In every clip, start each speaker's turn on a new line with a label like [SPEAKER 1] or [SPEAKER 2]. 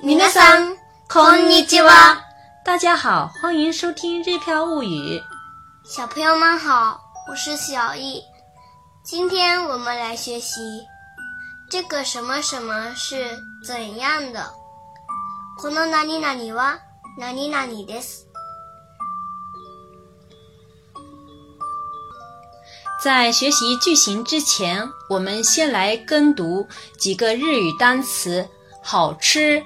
[SPEAKER 1] 皆さんこんにちは。
[SPEAKER 2] 大家好，欢迎收听《日飘物语》。
[SPEAKER 1] 小朋友们好，我是小易。今天我们来学习这个什么什么是怎样的。この何々は何々です。
[SPEAKER 2] 在学习句型之前，我们先来跟读几个日语单词：好吃、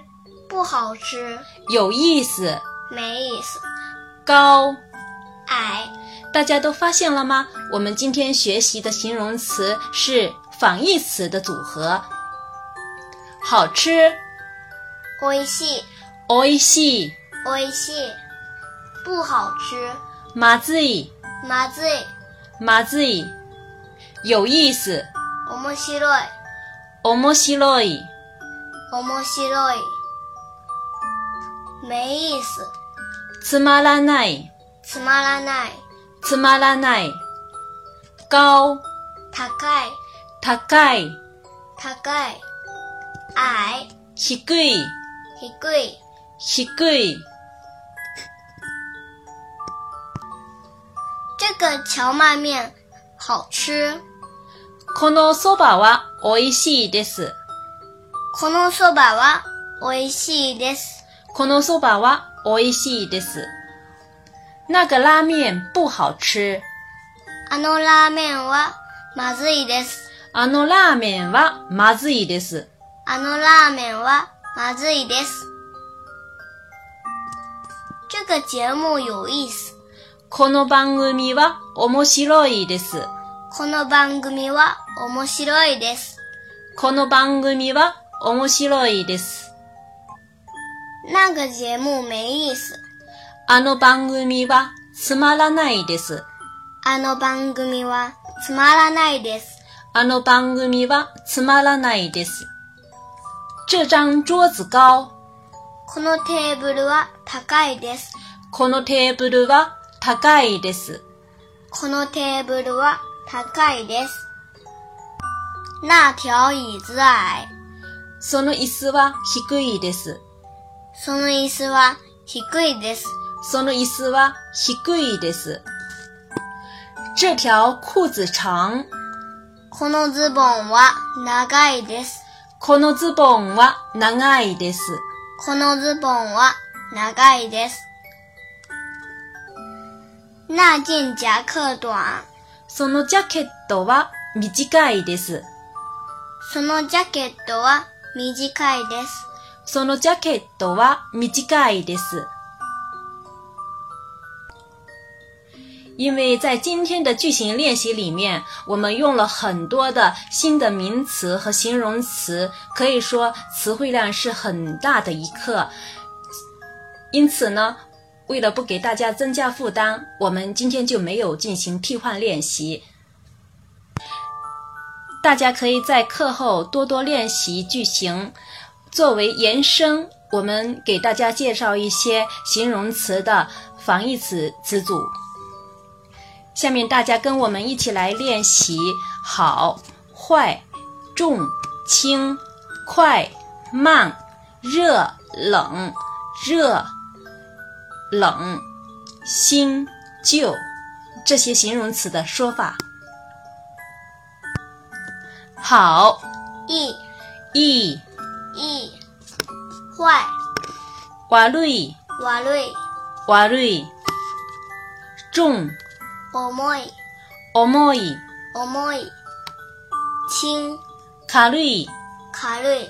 [SPEAKER 1] 不好吃，
[SPEAKER 2] 有意思、
[SPEAKER 1] 没意思，哎
[SPEAKER 2] 高。
[SPEAKER 1] 矮，
[SPEAKER 2] 大家都发现了吗？我们今天学习的形容词是反义词的组合：好吃、
[SPEAKER 1] 美味しい、
[SPEAKER 2] おいしい、
[SPEAKER 1] 美味しい。不好吃，
[SPEAKER 2] まずい、
[SPEAKER 1] まずい、
[SPEAKER 2] まずい、有意思、
[SPEAKER 1] 面白い、
[SPEAKER 2] 面白い、
[SPEAKER 1] 面白い。没意思，
[SPEAKER 2] つまらない、
[SPEAKER 1] つまらない、
[SPEAKER 2] つまらない、高、
[SPEAKER 1] 高い、
[SPEAKER 2] 高い、
[SPEAKER 1] 高い。矮、
[SPEAKER 2] 低い、
[SPEAKER 1] 低い。
[SPEAKER 2] 低い、
[SPEAKER 1] 这个荞麦面好吃。
[SPEAKER 2] このそばは美味しいです。
[SPEAKER 1] このそばは美味しいです。
[SPEAKER 2] このそばは美味しいです。那个拉面不好吃。
[SPEAKER 1] あのラーメンはまずいです。
[SPEAKER 2] あのラーメンはまずいです。
[SPEAKER 1] あのラーメンはまずいです。这个节目有意思。
[SPEAKER 2] この番組は面白いです。
[SPEAKER 1] この番組は面白いです。
[SPEAKER 2] この番組は面白いです。
[SPEAKER 1] 那个节目没意思。
[SPEAKER 2] あの番組はつまらないです。
[SPEAKER 1] あの番組はつまらないです。
[SPEAKER 2] あの番組はつまらないです。这张桌子高。
[SPEAKER 1] このテーブルは高いです。
[SPEAKER 2] このテーブルは高いです。
[SPEAKER 1] このテーブルは高いです。那条椅子矮。
[SPEAKER 2] その椅子は低いです。
[SPEAKER 1] その椅子は低いです。
[SPEAKER 2] その椅子は低いです。这条裤子长。
[SPEAKER 1] このズボンは長いです。
[SPEAKER 2] このズボンは長いです。
[SPEAKER 1] このズボンは長いです。那件夹克短。
[SPEAKER 2] そのジャケットは短いです。
[SPEAKER 1] そのジャケットは短いです。
[SPEAKER 2] そのジャケットは短いです。因为在今天的句型练习里面，我们用了很多的新的名词和形容词，可以说词汇量是很大的一课。因此呢，为了不给大家增加负担，我们今天就没有进行替换练习。大家可以在课后多多练习句型，作为延伸，我们给大家介绍一些形容词的反义词词组。下面大家跟我们一起来练习好、坏、重、轻、快、慢、热、冷、热、冷、新、旧这些形容词的说法。好、
[SPEAKER 1] いい、
[SPEAKER 2] いい、
[SPEAKER 1] い い。坏、
[SPEAKER 2] 悪い、
[SPEAKER 1] 悪い、
[SPEAKER 2] 悪い。重、
[SPEAKER 1] 重い、
[SPEAKER 2] 重い、
[SPEAKER 1] 重い。轻、
[SPEAKER 2] 軽い、
[SPEAKER 1] 軽い、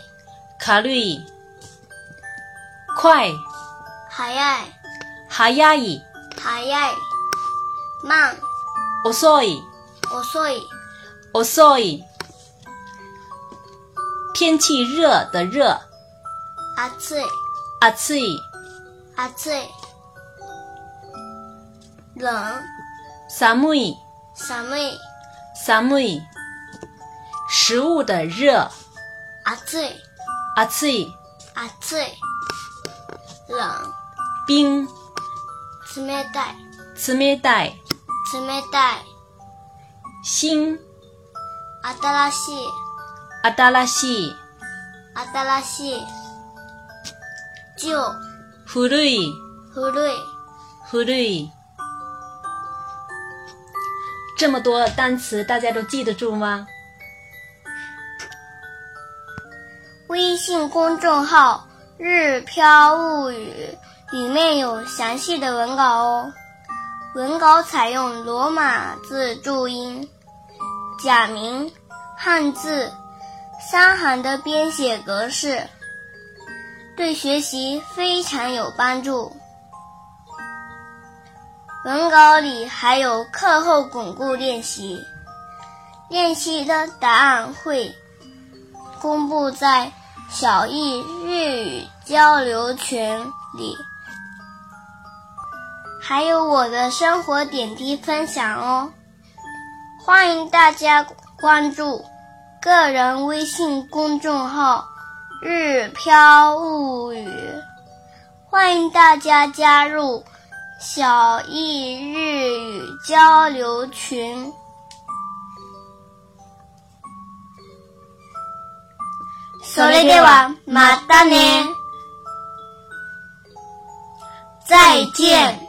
[SPEAKER 2] 軽い。快、
[SPEAKER 1] 早い、
[SPEAKER 2] 早い、
[SPEAKER 1] 早い。慢、
[SPEAKER 2] 遅い、
[SPEAKER 1] 遅い。
[SPEAKER 2] 遅い。天气热的热、
[SPEAKER 1] 暑い、
[SPEAKER 2] 暑い、
[SPEAKER 1] 暑い。冷、
[SPEAKER 2] 寒い、
[SPEAKER 1] 寒い、
[SPEAKER 2] 寒い。食物的热、
[SPEAKER 1] 暑い、
[SPEAKER 2] 暑い、
[SPEAKER 1] 暑い。冷、
[SPEAKER 2] 冰、
[SPEAKER 1] 冷たい、
[SPEAKER 2] 冷たい、
[SPEAKER 1] 冷たい。
[SPEAKER 2] 新、
[SPEAKER 1] 新しい、
[SPEAKER 2] 新しい、
[SPEAKER 1] 新しい。旧、
[SPEAKER 2] 古い、
[SPEAKER 1] 古い、
[SPEAKER 2] 古い。这么多单词，大家都记得住吗？
[SPEAKER 1] 微信公众号“日飘物语”里面有详细的文稿哦。文稿采用罗马字注音、假名、汉字、三行的编写格式，对学习非常有帮助。文稿里还有课后巩固练习，练习的答案会公布在小易日语交流群里，还有我的生活点滴分享哦。欢迎大家关注个人微信公众号“日飘物语”，欢迎大家加入小易日语交流群。それではまたね。再见。